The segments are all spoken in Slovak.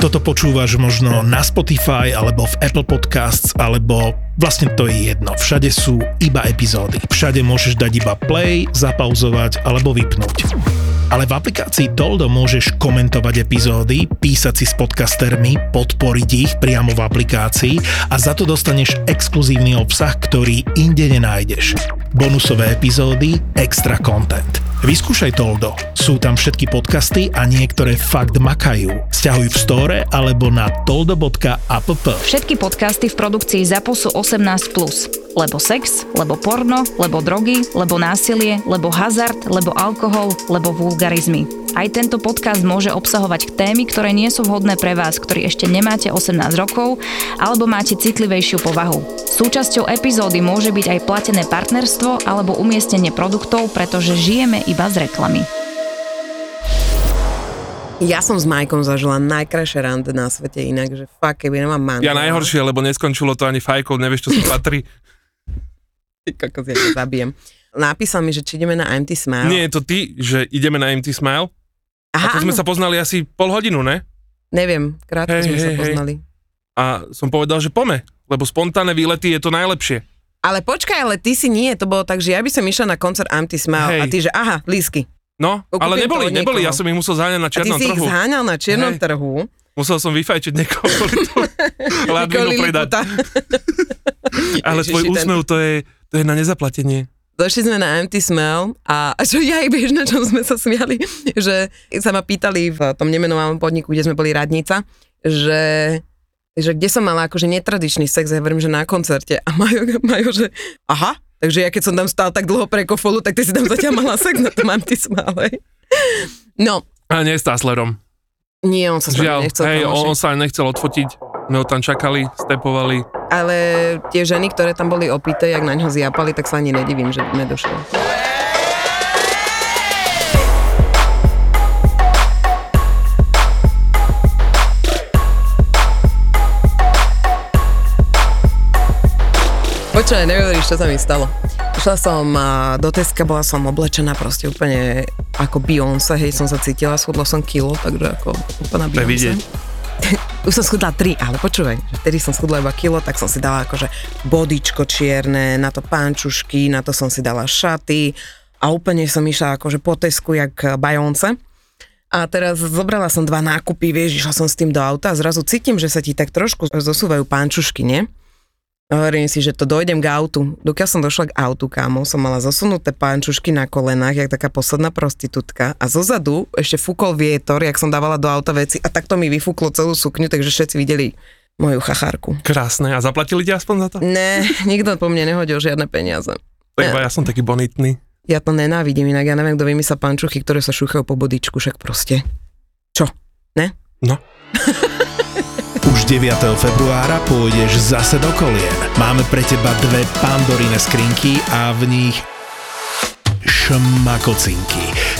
Toto počúvaš možno na Spotify alebo v Apple Podcasts alebo vlastne to je jedno. Všade sú iba epizódy. Všade môžeš dať iba play, zapauzovať alebo vypnúť. Ale v aplikácii Toldo môžeš komentovať epizódy, písať si s podcastermi, podporiť ich priamo v aplikácii a za to dostaneš exkluzívny obsah, ktorý inde nenájdeš. Bonusové epizódy, extra content. Vyskúšaj Toldo. Sú tam všetky podcasty a niektoré fakt makajú. Sťahuj v store alebo na toldo.app. Všetky podcasty v produkcii ZAPO sú 18+. Lebo sex, lebo porno, lebo drogy, lebo násilie, lebo hazard, lebo alkohol, lebo vulgarizmy. Aj tento podcast môže obsahovať témy, ktoré nie sú vhodné pre vás, ktorí ešte nemáte 18 rokov alebo máte citlivejšiu povahu. Súčasťou epizódy môže byť aj platené partnerstvo alebo umiestnenie produktov, pretože žijeme iba z reklamy. Ja som s Majkom zažila najkrajšie rande na svete inak, že fakt, keby nemám manžela. Ja najhoršie, lebo neskončilo to ani fajkou, nevieš, čo si patrí. Ty Kokos, ja ťa zabijem. Napísal mi, že či ideme na MT Smile. Nie, je to ty, že ideme na MT Smile? Aha, To sme áno. sa poznali asi pol hodinu, ne? neviem, krátko Hej, sme hej, sa hej. poznali. A som povedal, že pome, lebo spontánne výlety je to najlepšie. Ale počkaj, ale ty si nie, to bolo tak, že ja by som išla na koncert MT Smile Hej. a ty, že aha, lísky. No, Kúpim ale to neboli, od neboli, ja niekoho. som ich musel zháňať na A ty čiernom si ich trhu. zháňal na čiernom Hej. trhu. Musel som vyfajčiť niekoho, kvôli tomu Ladvinu Nikoli predať. Liputa. Ale Ježiši, tvoj ten- úsmev, to je, to je na nezaplatenie. Došli sme na Empty Smell a, a čo ja i vieš, na čom sme sa smiali, že sa ma pýtali v tom nemenovanom podniku, kde sme boli radnica, že, že kde som mala akože netradičný sex, ja hovorím, že na koncerte. A Majo, Majo že aha, takže ja keď som tam stál tak dlho pre kofolu, tak ty si tam zatiaľ mala sex na tom Empty Smell. hej. No, A nie s Táslerom. nie, on sa s nami Žiaľ, nechcel hej, kamošiť. on, on sa nechcel odfotiť. My ho tam čakali, stepovali. Ale tie ženy, ktoré tam boli opité, jak na ňo zjapali, tak sa ani nedivím, že nedošlo. Počkaj, neveríš, čo sa mi stalo. Išla som a, do Teska, bola som oblečená proste úplne ako Beyoncé, hej, som sa cítila, schudla som kilo, takže ako úplná To je Beyoncé vidieť. už som schudla 3, ale počúvaj, že vtedy som schudla iba kilo, tak som si dala akože bodičko čierne, na to pančušky, na to som si dala šaty a úplne som išla akože po tesku jak bajonce. A teraz zobrala som dva nákupy, vieš, išla som s tým do auta a zrazu cítim, že sa ti tak trošku zosúvajú pančušky, nie? A Hovorím si, že to dojdem k autu. Dokiaľ som došla k autu, kámo, som mala zosunuté pančušky na kolenách, jak taká posledná prostitútka. A zozadu ešte fúkol vietor, jak som dávala do auta veci. A takto mi vyfúklo celú sukňu, takže všetci videli moju chachárku. Krásne. A zaplatili ti aspoň za to? Ne, nikto po mne nehodil žiadne peniaze. Tak iba ja som taký bonitný. Ja to nenávidím, inak ja neviem, kto vymyslel pančuchy, ktoré sa šúchajú po bodičku, však proste. Čo? Ne? No. Už 9. februára pôjdeš zase do kolien. Máme pre teba dve pandorine skrinky a v nich šmakocinky.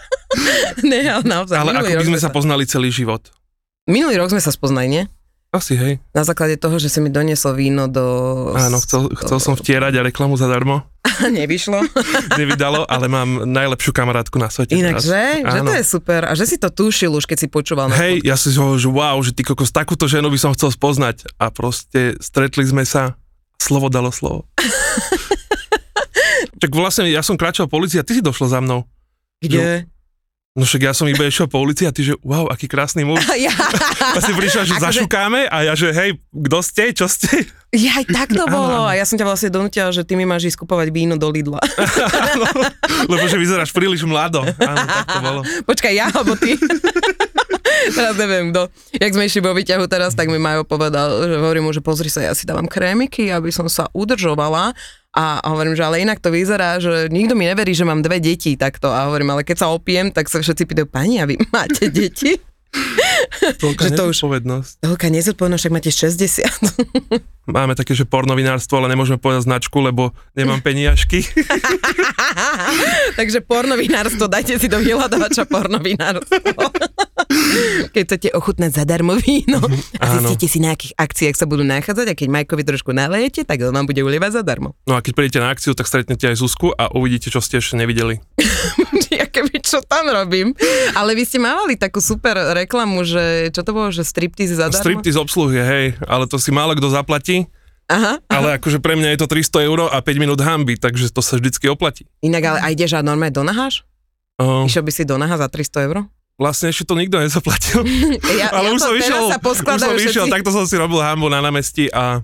ne, ale naozaj. Ale minulý ako by rok sme sa poznali celý život. Minulý rok sme sa spoznali, nie? Asi, hej. Na základe toho, že si mi doniesol víno do... Áno, chcel, chcel som vtierať a reklamu zadarmo. Nevyšlo. Nevydalo, ale mám najlepšiu kamarátku na svete. Inak, teraz. že? Že to Áno. je super. A že si to tušil už, keď si počúval. na- Hej, ja si hovoril, že wow, že ty kokos, takúto ženu by som chcel spoznať. A proste stretli sme sa, slovo dalo slovo. tak vlastne ja som kráčal po ulici a ty si došla za mnou. Kde? No však ja som iba išiel po ulici a ty že wow, aký krásny muž. Ja. A si prišla, že Akože- zašukáme a ja že hej, kto ste, čo ste? Ja, aj tak to Áno, bolo. áno. A ja som ťa vlastne donútila, že ty mi máš ísť kúpovať víno do Lidla. Áno, Lebo že vyzeráš príliš mlado. Áno, tak to bolo. Počkaj, ja alebo ty? teraz neviem kto. Jak sme išli vo výťahu teraz, tak mi Majo povedal, že hovorím mu, že pozri sa, ja si dávam krémiky, aby som sa udržovala. A hovorím, že ale inak to vyzerá, že nikto mi neverí, že mám dve deti takto. A hovorím, ale keď sa opiem, tak sa všetci pýtajú, pani, a vy máte deti? Že Toľká to už- nezodpovednosť. Veľká nezodpovednosť, však máte 60. Máme také, že pornovinárstvo, ale nemôžeme povedať značku, lebo nemám peniažky. Takže pornovinárstvo, dajte si do vyhľadávača pornovinárstvo. keď chcete ochutnať zadarmo víno a Mhm, Áno. zistíte si, na akých akciách sa budú nachádzať a keď Majkovi trošku nalejete, tak on vám bude ulievať zadarmo. No a keď prídete na akciu, tak stretnete aj Zuzku a uvidíte, čo ste ešte nevideli. ja keby čo tam robím. Ale vy ste mávali takú super reklamu, že čo to bolo, že striptease zadarmo? Stripty z obsluhy, hej, ale to si málo kto zaplatí, Aha, ale akože pre mňa je to 300 eur a 5 minút hamby, takže to sa vždycky oplatí. inak ale aj ideš a normálne donaháš? Uh, Išiel by si donaha za 300 eur? vlastne ešte to nikto nezaplatil. Ja, ale už to, som teraz išiel, sa už poskladajú som išiel, všetci. takto som si robil hambu na námestí a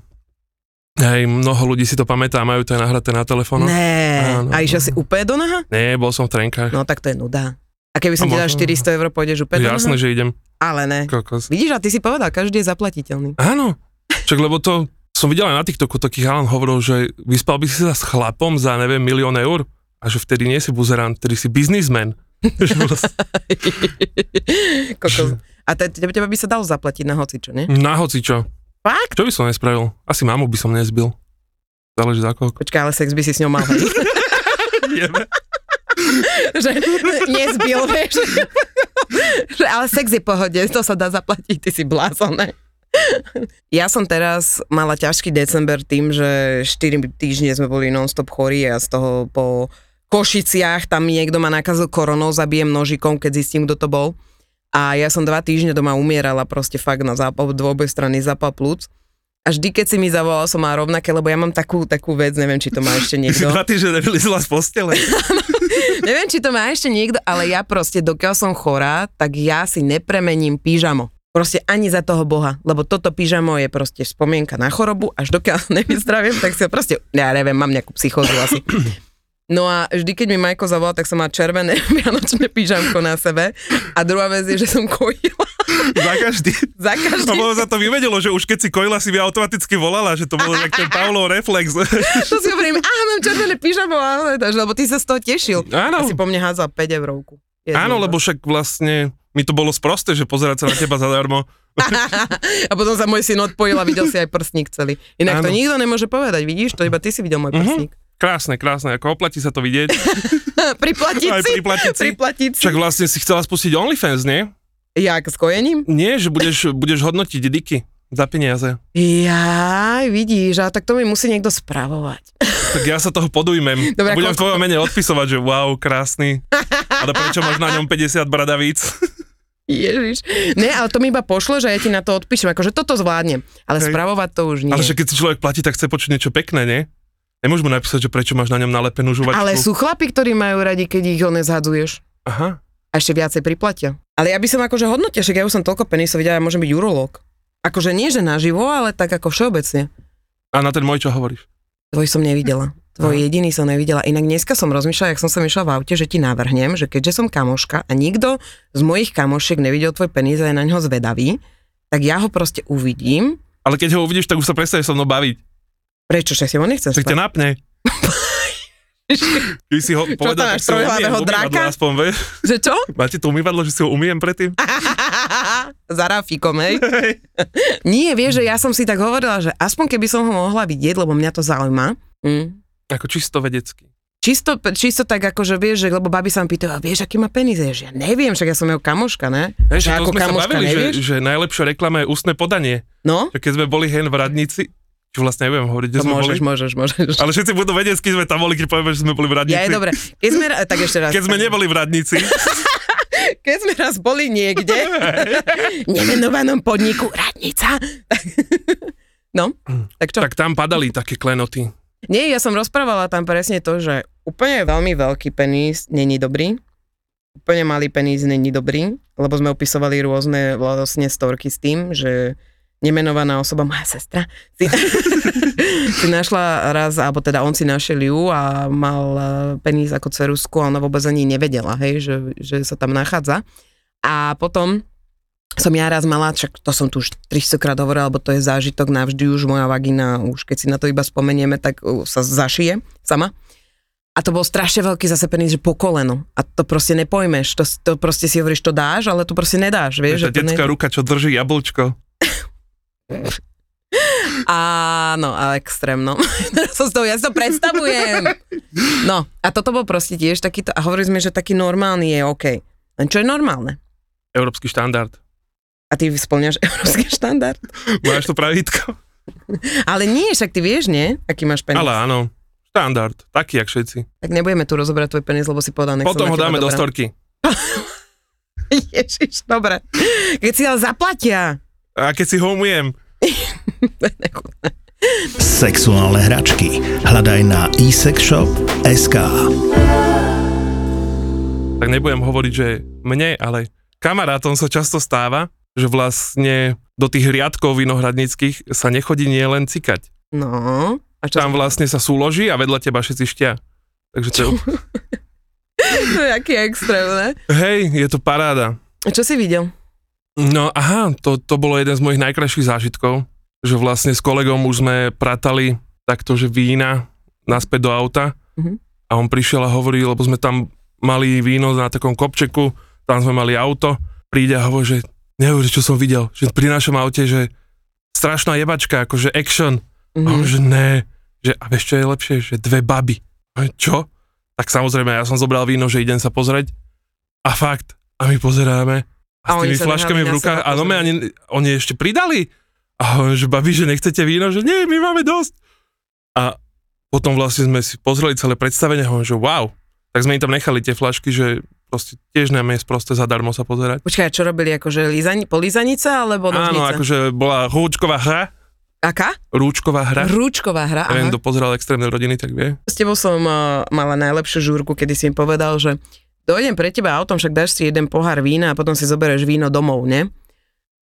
hej, mnoho ľudí si to pamätá, majú to aj nahraté na telefónu. Né, No, Áno, no. a išiel si áno. úplne do naha? Nie, bol som v trenkách. No tak to je nuda. A keby som No, ti dal možno. 400 eur, pôjdeš úplne do naha? Jasné, že idem. Ale ne. Kokos. Vidíš, a ty si povedal, každý je zaplatiteľný. Áno, však lebo to som videl aj na TikToku, taký Alan hovoril, že vyspal by si sa s chlapom za, neviem, milión eur a že vtedy nie si buzerant, vtedy si biznismen. Že vlastne- Kokos. A te, tebe, tebe by sa dalo zaplatiť na hoci, čo nie? na hocičo. Fakt? Čo by som nespravil? Asi mamu by som nezbil. Záleží za koľko. Počkaj, ale sex by si s ňou mal. hej? že nezbil, vieš. že, ale sex je v pohode, to sa dá zaplatiť, ty si blázoné. Ja som teraz mala ťažký december tým, že 4 týždne sme boli non-stop chorí a z toho po Košiciach, tam mi niekto ma nakazil koronou, zabijem nožikom, keď zistím, kto to bol. A ja som dva týždne doma umierala proste fakt na zápal, dvojboj strany zápal plúc. A vždy, keď si mi zavolal, som mala rovnaké, lebo ja mám takú, takú vec, neviem, či to má ešte Ty si niekto. dva týždne nevylizla z postele. Neviem, či to má ešte niekto, ale ja proste, dokiaľ som chorá, tak ja si nepremením pyžamo. Proste ani za toho Boha, lebo toto pyžamo je proste spomienka na chorobu, až dokiaľ nevyzdraviem, tak si ho proste, ja neviem, mám nejakú psychózu asi. No a vždy, keď mi Majko zavolal, tak som mala červené vianočné pyžamko na sebe. A druhá vec je, že som kojila za každý. za A každým. No, bolo za to vyvedelo, že už keď si kojila, si mi automaticky volala, že to bolo tak ten Pavlov reflex. To si hovorím, a mám červené pyžamo, ale, takže, lebo ty sa z toho tešil. A Áno. si po mne házal 5 eurovku. Jednu. Áno, lebo však vlastne mi to bolo sprosté, že pozerať sa na teba zadarmo. A potom sa môj syn odpojil a videl si aj prstník celý. Inak to Áno. Mhm. nikto nemôže povedať, vidíš? To iba ty si videl môj prstník. Krásne, krásne, ako oplatí sa to vidieť. Priplatiť Aj si. priplatiť si. Priplatiť si. Však vlastne si chcela spustiť OnlyFans, nie? Jak, s kojením? Nie, že budeš, budeš hodnotiť diky za peniaze. Jaj, vidíš, a tak to mi musí niekto spravovať. Tak ja sa toho podujmem. Dobre, Dobre, budem ako- v tvojom mene odpisovať, že wow, krásny. Ale prečo máš na ňom 50 bradavíc? Ježiš. Ne, ale to mi iba pošle, že ja ti na to odpíšem, akože toto zvládnem. Ale Hej. spravovať to už nie. Ale že keď si človek platí, tak chce počuť niečo pekné, nie? Nemôžeš mu napísať, že prečo máš na ňom nalepenú žuvačku. ale sú chlapi, ktorí majú radi, keď ich ho nezhadzuješ. Aha. a ešte viacej priplatia. Ale ja by som akože hodnotil, však ja už som toľko penisov videla, ja môžem byť urológ. Akože nie, že naživo, ale tak ako všeobecne. A na ten môj čo hovoríš? Tvoj som nevidela. Tvoj Aha. jediný som nevidela. Inak dneska som rozmýšľala, jak som sa išla v aute, že ti navrhnem, že keďže som kamoška a nikto z mojich kamošiek nevidel tvoj penis a je na ňo zvedavý, tak ja ho proste uvidím. Ale keď ho uvidíš, tak už sa prestaneš so mnou baviť. Prečo? Však si ho nechcem Tak ťa spať. napne. Keby si ho tam povedal, máš, tak si ho umiem, trojhlavého umývadlo draka? aspoň, vieš. Že čo? Máte to umývadlo, že si ho umýjem predtým? Za Rafíkom, hej? Hej. Nie, vieš, že ja som si tak hovorila, že aspoň keby som ho mohla vidieť, lebo mňa to zaujíma. Mm. Ako čisto vedecky. Čisto, čisto tak ako, že vieš, že, lebo babi sa mi pýtajú, a vieš, aký má penis, Jež, ja neviem, však ja som jeho kamoška, ne? Že Hej, že to ako sme sa kamoška bavili, že, nevieš? že najlepšia reklama je ústne podanie. No, Že keď sme boli hen v Radnici, čo vlastne neviem hovoriť, kde to sme No môžeš, boli. môžeš, môžeš. Ale všetci budú vedieť, keď sme tam boli, keď povieme, že sme boli v Radnici. Ja je dobre. Keď sme, ra- tak ešte raz. Keď sme neboli v Radnici, Keď sme raz boli niekde, nemenovanom podniku Radnica. No, tak čo? Mm, tak tam padali také klenoty. Nie, ja som rozprávala tam presne to, že úplne veľmi veľký penis není dobrý, úplne malý penis není dobrý, lebo sme opisovali rôzne vlastne storky s tým, že nemenovaná osoba, moja sestra, si, si našla raz, alebo teda on si našiel ju a mal eh, penis ako cerusku a ona vôbec ani nevedela, hej, že, že sa tam nachádza. A potom som ja raz mala, však to som tu už 300 krát hovorila, lebo to je zážitok navždy už moja vagina, už keď si na to iba spomenieme, tak uh, sa zašije e, sama. A to bol strašne veľký zase penis, že po koleno. A to proste nepojmeš. To, to proste si hovoríš, to dáš, ale to proste nedáš. Je Vieš, tá že to detská ruka, čo drží jablčko. Áno, ale no, extrémno. Teraz som s tou, ja si to predstavujem. No, a toto bol proste tiež takýto, a hovorili sme, že taký normálny je OK. Len čo je normálne? Európsky štandard. A ty splňaš európsky štandard. Máš to pravidko? Ale nie, však ty vieš, nie? Aký máš penis. Ale áno, štandard, taký jak všetci. Tak nebudeme tu rozoberať tvoj penis, lebo si povedal, nech Potom som na ho teba dáme do dobrá. storky. Ježiš, dobre. Keď si ale zaplatia. A keď si homujem, Sexuálne hračky hľadaj na eSexShop.sk tak nebudem hovoriť, že mne, ale kamarátom sa často stáva, že vlastne do tých riadkov vinohradnických sa nechodí nie len cikať. No. A čo Tam vlastne sa súloží a vedľa teba všetci štia. Takže to je, to je aký extrém, ne? hej, je to paráda. A čo si videl? No aha, to, to bolo jeden z mojich najkrajších zážitkov, že vlastne s kolegom už sme pratali takto, že vína naspäť do auta Mhm. a on prišiel a hovorí, lebo sme tam mali víno na takom kopčeku, tam sme mali auto, príde a hovorí, že neuverí, čo som videl, že pri našom aute, že strašná jebačka, akože action. A Mm. Mhm. on, No, že ne, že a vieš čo je lepšie, že dve baby. A čo? Tak samozrejme, ja som zobral víno, že idem sa pozrieť a fakt, a my pozeráme a, A s oni tými sa flaškami nehali v na rukách seba a no, pozrieť. ani, oni ešte pridali. A on, že babi, že nechcete víno, že nie, my máme dosť. A potom vlastne sme si pozreli celé predstavenie a on, že wow. Tak sme im tam nechali tie flašky, že proste tiež nám je proste zadarmo sa pozerať. Počkaj, čo robili, akože lízani, polízanica alebo Áno, nožnica? akože bola húčková hra, Aká? rúčková hra. Rúčková hra, Neviem, aha. kto pozeral extrémne rodiny, tak vie. S tebou som uh, mala najlepšiu žúrku, kedy si mi povedal, že dojdem pre teba autom, však dáš si jeden pohár vína a potom si zoberieš víno domov, ne?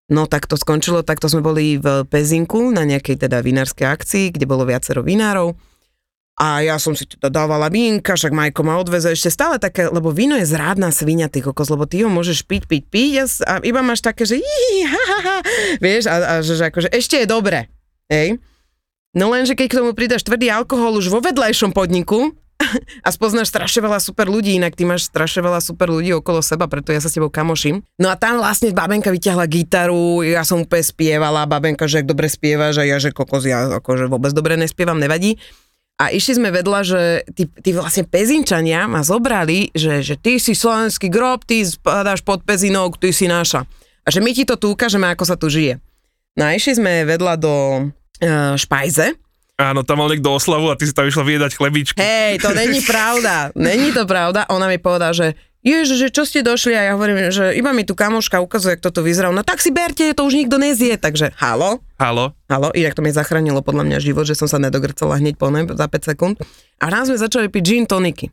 No tak to skončilo, takto sme boli v Pezinku na nejakej teda vinárskej akcii, kde bolo viacero vinárov. A ja som si teda dávala vínka, však Majko ma odveze ešte stále také, lebo víno je zrádna svinia, ty kokos, lebo ty ho môžeš piť, piť, piť a, s- a iba máš také, že jí, ha, ha, ha, vieš, a, a že, že akože ešte je dobre, hej. No lenže keď k tomu pridáš tvrdý alkohol už vo vedľajšom podniku a spoznáš strašne veľa super ľudí, inak ty máš strašne veľa super ľudí okolo seba, preto ja sa s tebou kamoším. No a tam vlastne babenka vyťahla gitaru, ja som úplne spievala, babenka, že ak dobre spievaš a ja, že kokos, ja akože vôbec dobre nespievam, nevadí. A išli sme vedľa, že tí, tí vlastne pezinčania ma zobrali, že, že ty si slovenský grob, ty spadáš pod pezinok, ty si naša. A že my ti to tu ukážeme, ako sa tu žije. No a išli sme vedľa do e, Špajze. Áno, tam mal niekto oslavu a ty si tam išla vyjedať chlebičky. Hej, to není pravda. Není to pravda. Ona mi povedala, že Ježe, že čo ste došli? A ja hovorím, že iba mi tu kamoška ukazuje, ako to vyzerá. No tak si berte, to už nikto nezie. Takže halo, Halo? Halo, inak to mi zachránilo podľa mňa život, že som sa nedogrcala hneď po nej za 5 sekúnd. A raz sme začali piť gin toniky.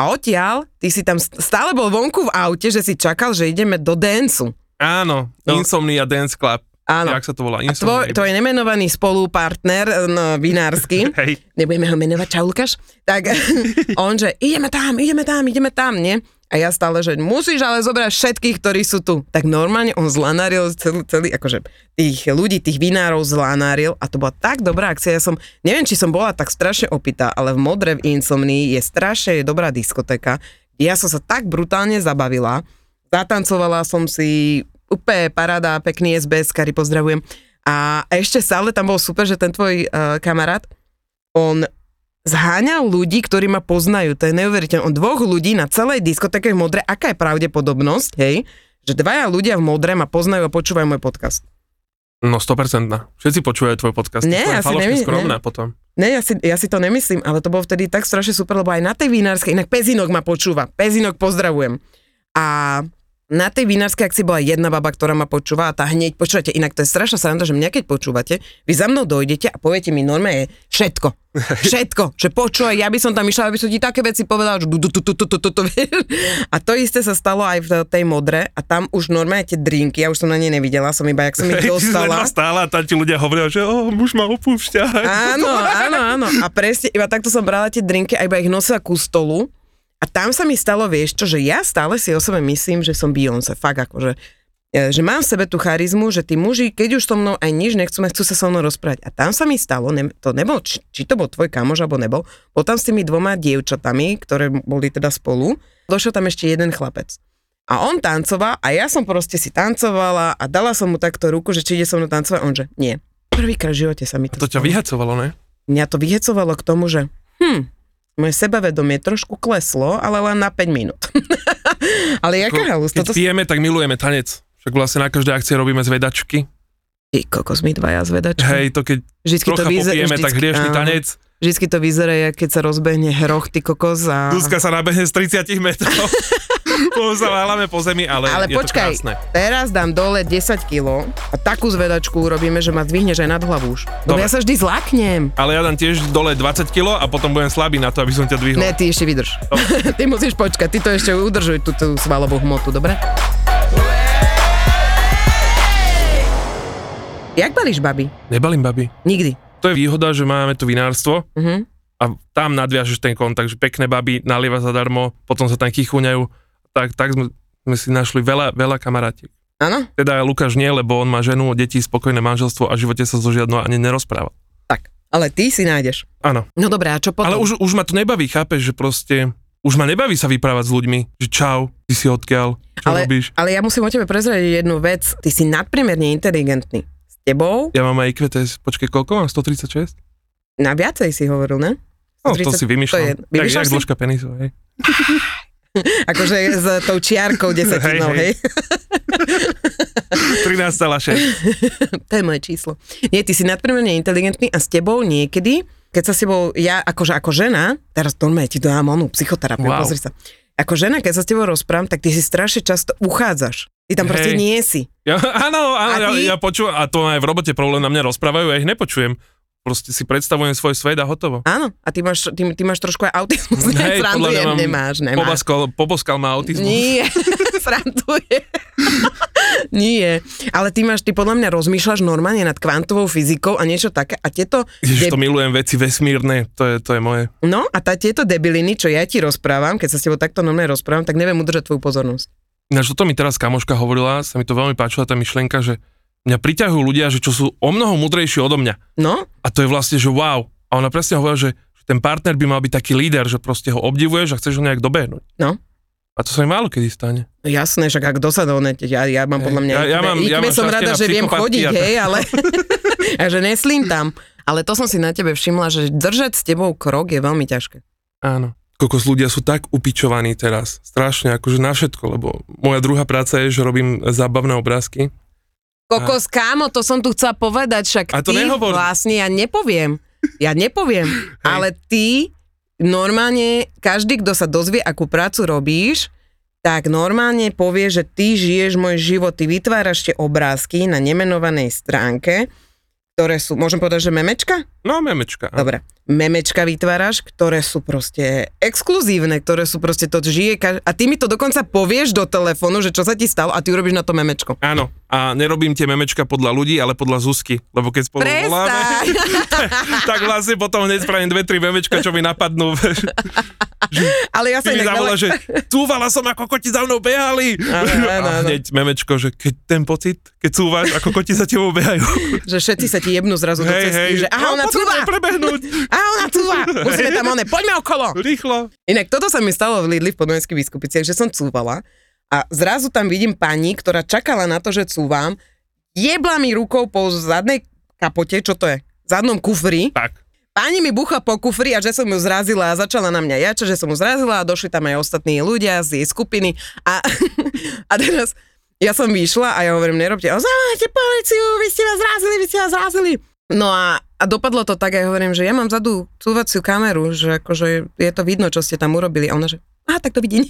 A odtiaľ, ty si tam st- stále bol vonku v aute, že si čakal, že ideme do dancu. Áno, no. Insomnia Dance Club. Áno. Jak sa to volá? A tvoj, tvoj nemenovaný spolupartner no, vinársky, Hej, nebudeme ho menovať, čau Lukáš, tak on, že ideme tam, ideme tam, ideme tam, nie? A ja stále, že musíš ale zobrať všetkých, ktorí sú tu. Tak normálne on zlanáril celý, celý akože tých ľudí, tých vinárov zlanáril a to bola tak dobrá akcia. Ja som, neviem, či som bola tak strašne opitá, ale v Modre v Insomnii je strašne dobrá diskotéka. Ja som sa tak brutálne zabavila, zatancovala som si úplne paráda, pekný SBS, kari pozdravujem. A ešte stále tam bol super, že ten tvoj uh, kamarát, on zháňal ľudí, ktorí ma poznajú. To je neuveriteľné. On dvoch ľudí na celej diskotéke v Modre, aká je pravdepodobnosť, hej, že dvaja ľudia v Modre ma poznajú a počúvajú môj podcast. no 100%. Všetci počúvajú tvoj podcast. Nie, Ty si len asi falošne neviem, skromná potom. Ne, ja si, ja si to nemyslím, ale to bolo vtedy tak strašne super, lebo aj na tej vinárskej, inak Pezinok ma počúva, Pezinok pozdravujem. A na tej vinárskej akcii bola jedna baba, ktorá ma počúva a tá hneď počúvate. Inak to je strašná sranda, že mňa keď počúvate, vy za mnou dojdete a poviete mi normálne všetko. Všetko. Že počúvaj, ja by som tam išla, aby som ti také veci povedala, že du, du, tu, tu, tu, tu, tu, tu, vieš. A to isté sa stalo aj v tej modre a tam už normálne tie drinky, ja už som na ne nevidela, som iba, jak som ich Hej, ty si dostala. len stála a tam ti ľudia hovoria, že oh, muž ma opúšťa. Áno, áno, áno. A presne, iba takto som brala tie drinky a iba ich nosila ku stolu. A tam sa mi stalo, vieš čo, že ja stále si o sebe myslím, že som Beyoncé. Fakt akože, e, že mám v sebe tú charizmu, že tí muži, keď už so mnou aj nič nechcú, mať, chcú sa so mnou rozprávať. A tam sa mi stalo, ne, to nebol, či, či to bol tvoj kamoš, alebo nebol, bol tam s tými dvoma dievčatami, ktoré boli teda spolu, došiel tam ešte jeden chlapec. A on tancoval a ja som proste si tancovala a dala som mu takto ruku, že či ide so mnou tancovať, on že nie. Prvýkrát v živote sa mi to, To ťa stalo vyhacovalo, ne? mňa to vyhecovalo k tomu, že hm, moje sebavedomie trošku kleslo, ale len na 5 minút. ale jaká halus, toto... Keď pijeme, tak milujeme tanec. Však vlastne na každej akcii robíme zvedačky. Ty kokos, my dvaja zvedačky. Hej, to keď Hm. vždycky trocha popijeme, tak hriešný áno. tanec. Vždycky to vyzerá, jak keď sa rozbehne hroch, ty kokos a... Duska sa nabehne z 30 metrov. Potom sa váľame po zemi, ale, Ale je počkaj, to krásne. teraz dám dole 10 kg a takú zvedačku urobíme, že ma zdvihneš aj nad hlavu už. Lebo Dobre. ja sa vždy zláknem. Ale ja dám tiež dole 20 kg a potom budem slabý na to, aby som ťa dvihol. Ne, ty ešte vydrž. ty musíš počkať, ty to ešte udržuj, tú, tú svalovú hmotu, dobre? Jak balíš baby? Nebalím, babi. Nikdy. To je výhoda, že máme tu vinárstvo Mhm. a tam nadviažeš ten kontakt, že pekné baby nalieva zadarmo, potom sa tam kichuňajú. Tak, tak sme, sme si našli veľa, veľa kamaráti. Áno? Teda Lukáš nie, lebo on má ženu, deti, spokojné manželstvo a v živote sa so žiadnou ani nerozprával. Tak. Ale ty si nájdeš. Áno. No dobré, a čo potom? Ale už, už ma to nebaví, chápeš, že proste... Už ma nebaví sa vyprávať s ľuďmi, že čau, ty si odkiaľ, čo ale, robíš. ale ja musím o tebe prezradiť jednu vec. Ty si nadpriemerne inteligentný. S tebou? Ja mám aj IQ test, počkej, koľko mám? 136? Na viacej si hovoril, ne? No, to 130 si vymýšľam. to je- jak, vymýšľaš jak si? dĺžka penisu, hej. Akože s tou čiarkou desetinou, Hej, hej. hej, hej. 13,6. To je moje číslo. Nie, ty si nadpriemerne inteligentný a s tebou niekedy, keď sa s tebou, ja akože ako žena, teraz normálne ti dám onú psychoterapiu, Wow. wow. pozri sa. Ako žena, keď sa s tebou rozprávam, tak ty si strašne často uchádzaš. Ty tam proste Hej. nie si. Ja, áno, áno, A ja, ty? ja počúvam, a to aj v robote problém na mňa rozprávajú, ja ich nepočujem. Proste si predstavujem svoj svet a hotovo. Áno, a ty máš, ty, ty máš trošku aj autizmus, Hej, hey, podľa mňa srandujem, mám nemáš, nemáš. Poboskal, poboskal ma autizmus. Nie, srandujem. nie, ale ty máš, ty podľa mňa rozmýšľaš normálne nad kvantovou fyzikou a niečo také a tieto Ježiš, to milujem veci vesmírne, to je, to je moje. No a tá, tieto debiliny, čo ja ti rozprávam, keď sa s tebou takto normálne rozprávam, tak neviem udržať tvoju pozornosť. Ináč toto mi teraz kamoška hovorila, sa mi to veľmi páčila tá myšlienka, že mňa priťahujú ľudia, že čo sú o mnoho múdrejší odo mňa. No, A to je vlastne, že wow. A ona presne hovorila, že, že ten partner by mal byť taký líder, že proste ho obdivuješ a chceš ho nejak dobehnúť. No. A to sa mi málo kedy stane. no jasné, však ak dosadovne, ja, ja mám podľa mňa... Ja- ja mám- IQ, ja mám som šťastie rada, na že viem psychopatky chodiť, a tak. hej, ale... a že neslím tam. Ale to som si na tebe všimla, že držať s tebou krok je veľmi ťažké. Áno. Kokos ľudia sú tak upičovaní teraz. Strašne, akože na všetko, lebo moja druhá práca je, že robím zábavné obrázky. Kokos, kámo, to som tu chcela povedať, však A to ty nehovor. vlastne, ja nepoviem, ja nepoviem, ale ty normálne, každý, kto sa dozvie, akú prácu robíš, tak normálne povie, že ty žiješ môj život, ty vytváraš tie obrázky na nemenovanej stránke, ktoré sú, môžem povedať, že memečka? No, memečka. áno. Dobre, memečka vytváraš, ktoré sú proste exkluzívne, ktoré sú proste to žije, kaž- a ty mi to dokonca povieš do telefónu, že čo sa ti stalo a ty urobíš na to memečko. Áno, a nerobím tie memečka podľa ľudí, ale podľa Zuzky, lebo keď spolu voláme, Prestaň! tak vlastne potom hneď spravím dve, tri memečka, čo mi napadnú. no, Ale ja sa Ty mi inak zavolá, veľa- že cúvala som, ako koti za mnou behali. Áno, áno, a áno. hneď memečko, že keď ten pocit, keď cúvaš, ako koti za tebou behajú. že všetci sa ti jebnú zrazu do hej, cesty, hej. že aha, No, ona potrebujem cúva, prebehnúť. aha, ona cúva, musíme tam one, poďme okolo. Rýchlo. Inak toto sa mi stalo v Lidli v Podunajských biskupiciach, že som cúvala a zrazu tam vidím pani, ktorá čakala na to, že cúvam, jebla mi rukou po zadnej kapote, čo to je, zadnom kufri, Tak. Pani mi bucha po kufri a že som ju zrazila a začala na mňa jača, že som ju zrazila a došli tam aj ostatní ľudia z jej skupiny a, a teraz ja som vyšla a ja hovorím, nerobte, a zavolajte policiu, vy ste ma zrazili, vy ste ma zrazili. No a, a dopadlo to tak, a ja hovorím, že ja mám vzadu cúvaciu kameru, že akože je to vidno, čo ste tam urobili. A ona, že a tak to vidím.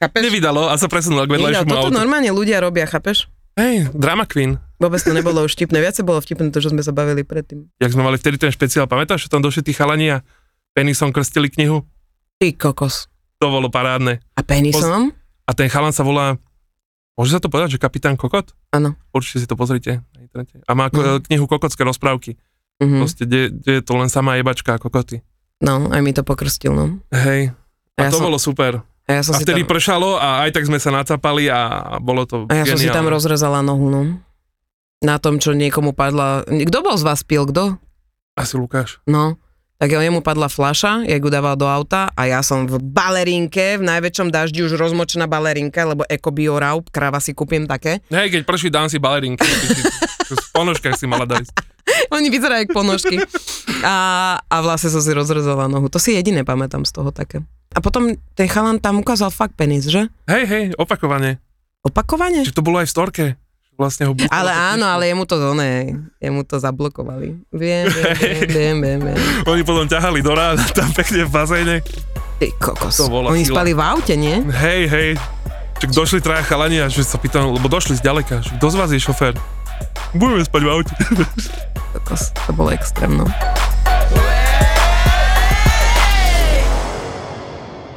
chápeš? Nevydalo a sa presunula k Nevydal, vedľajšiemu toto autu. normálne ľudia robia, chápeš? Hej, drama queen. Vôbec to nebolo už vtipné, viacej bolo vtipné to, čo sme sa bavili predtým. Jak sme mali vtedy ten špeciál, pamätáš, že tam došli tí chalani a penisom krstili knihu? Ty kokos. To bolo parádne. A penisom? A ten chalan sa volá, môže sa to povedať, že kapitán Kokot? Áno. Určite si to pozrite na internete. A má ko- knihu Kokotské rozprávky. Mhm. Proste, kde, kde je to len samá jebačka a kokoty. No, aj mi to pokrstil, no. Hej. A A ja to som- bolo super. A ja som A si vtedy tam, pršalo a aj tak sme sa nacapali a bolo to a ja som si tam geniálne. rozrezala nohu, no. Na tom, čo niekomu padla... Kto bol z vás pil, kto? Asi Lukáš. No, tak jemu padla flaša, ja ju dával do auta a ja som v balerínke, v najväčšom daždi už rozmočená balerínka, lebo Eco Bio Raub, kráva si kúpim také. Hej, keď prší, dám si balerinky. V ponožkách si mala dať. Oni vyzerajú ako ponožky. A, a vlastne som si rozrezala nohu. To si jediné pamätám z toho také. A potom ten chalan tam ukázal fakt penis, že? Hej, hej, opakovane. Opakovane? Čiže to bolo aj v storke. Vlastne ho buklo, Ale áno, ale jemu to oné, jemu to zablokovali. Viem, viem, viem, viem, viem, viem. Oni potom ťahali do rána tam pekne v bazéne. Ty kokos. To bola Oni sila. spali v aute, nie? Hej, hej. Čak došli traja chalani a že sa pýtam, lebo došli zďaleka. Že kto z vás je šofér? Budeme spať v aute. Kokos, to bolo extrémno.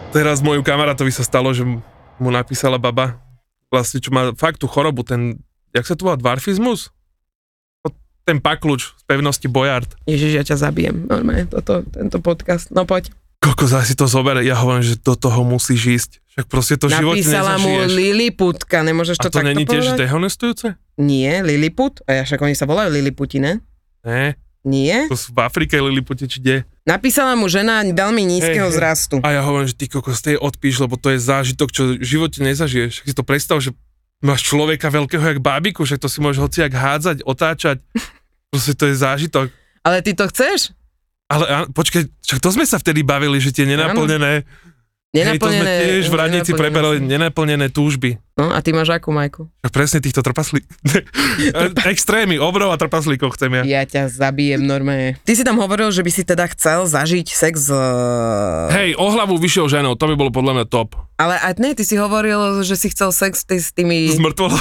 Teraz moju kamarátovi sa stalo, že mu napísala baba, vlastne čo má fakt tú chorobu, ten, jak sa to volá, dwarfizmus? No, Ten pakľúč z pevnosti Bojard. Ježiš, ja ťa zabijem. Normálne, toto, tento podcast. No poď. Koľko za si to zober, ja hovorím, že do toho musíš ísť. Však proste to v živote Napísala mu nezažiješ. Liliputka, nemôžeš A to, to takto není tiež povedať? dehonestujúce? Nie, Liliput. A ja však oni sa volajú Liliputi, ne? Ne, Nie. to sú v Afrike Liliputi, či kde. Napísala mu žena veľmi nízkeho Hej, hej. zrastu. A ja hovorím, že ty kokos, ty jej odpíš, lebo to je zážitok, čo v živote nezažiješ. Však si to predstav, že máš človeka veľkého jak bábiku, však to si môžeš hociak hádzať, otáčať. Proste to je zážitok. Ale ty to chceš? Ale a, počkaj, však to sme sa vtedy bavili, že tie nenaplnené, hej, to sme Nenaplnené. tiež v radnici nenaplnené vlastne. preberali sú. nenaplnené túžby. No a ty máš akú majku? Však presne týchto trpaslí... Extrémy, obrov a trpaslíkov chcem Ja ja. ťa zabijem normálne. Ty si tam hovoril, že by si teda chcel zažiť sex s... Hej, o hlavu vyššou ženou, to by bolo podľa mňa top. Ale aj ne, ty si hovoril, že si chcel sex ty, s tými, Zmrtvolo.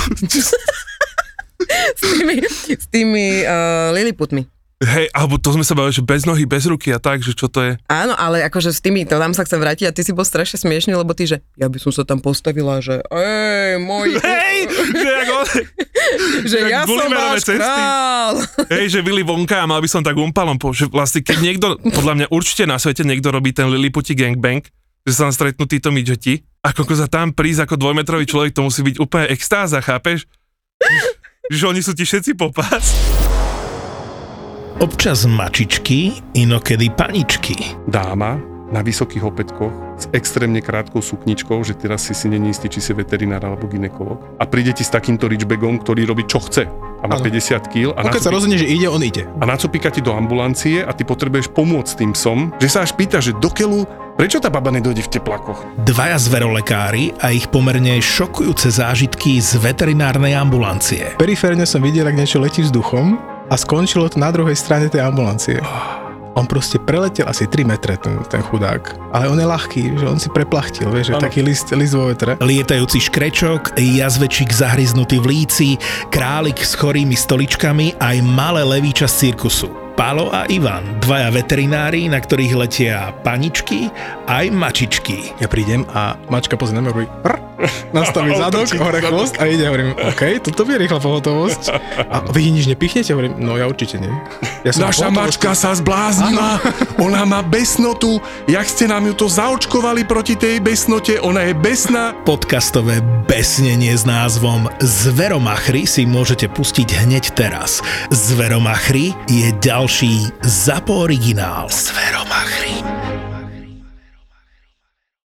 s tými, s tými uh, liliputmi. Hej, alebo to sme sa bavili, že bez nohy, bez ruky a tak, že čo to je. Áno, ale akože s tými, to tam sa chcem vrátiť a ty si bol strašne smiešný, lebo ty, že ja by som sa tam postavila, že ej, môj, Hej, že, ako, že jak ja som Gulliverove váš cesty. král. hej, že vyli vonka a mal by som tak umpalom, po, že vlastne keď niekto, podľa mňa určite na svete niekto robí ten Lilliputi gangbang, že sa tam stretnú títo midžeti a koľko za tam prísť ako dvojmetrový človek, to musí byť úplne extáza, chápeš? Že oni sú ti všetci popás. Občas mačičky, inokedy paničky. dáma na vysokých opätkoch s extrémne krátkou sukničkou, že teraz si si není istý, či si veterinár alebo ginekolog. A príde ti s takýmto richbagom, ktorý robí čo chce a má Áno. 50 kg a, A keď sa nacupí- rozhodne, že ide, on ide. a nacupíka ti do ambulancie a ty potrebuješ pomôcť tým psom, že sa až pýta, že dokeľu, prečo tá baba nedojde v teplakoch? Dvaja zverolekári a ich pomerne šokujúce zážitky z veterinárnej ambulancie. Periférne som videl, ak niečo letí vzduchom a skončilo to na druhej strane tej ambulancie. On proste preletel asi 3 metre, ten, ten chudák. Ale on je ľahký, že on si preplachtil, vieš, že taký list, list vo vetre. Lietajúci škrečok, jazvečík zahryznutý v líci, králik s chorými stoličkami aj malé levíča z cirkusu. Pálo a Ivan, dvaja veterinári, na ktorých letia paničky aj mačičky. Ja prídem a mačka pozrie na mňa, hovorí, "Prr." nastaví A zadok, otočí hore zadok. chvost a ide, hovorím, OK, toto bude rýchla pohotovosť. A vy nič nepichnete? Hovorím, no ja určite nie. Ja som na Naša pohotovosti. mačka sa zbláznila, ona má besnotu, jak ste nám ju to zaočkovali proti tej besnote, ona je besná. Podcastové besnenie s názvom Zveromachry si môžete pustiť hneď teraz. Zveromachry je ďalší ZAPO originál. Zveromachry.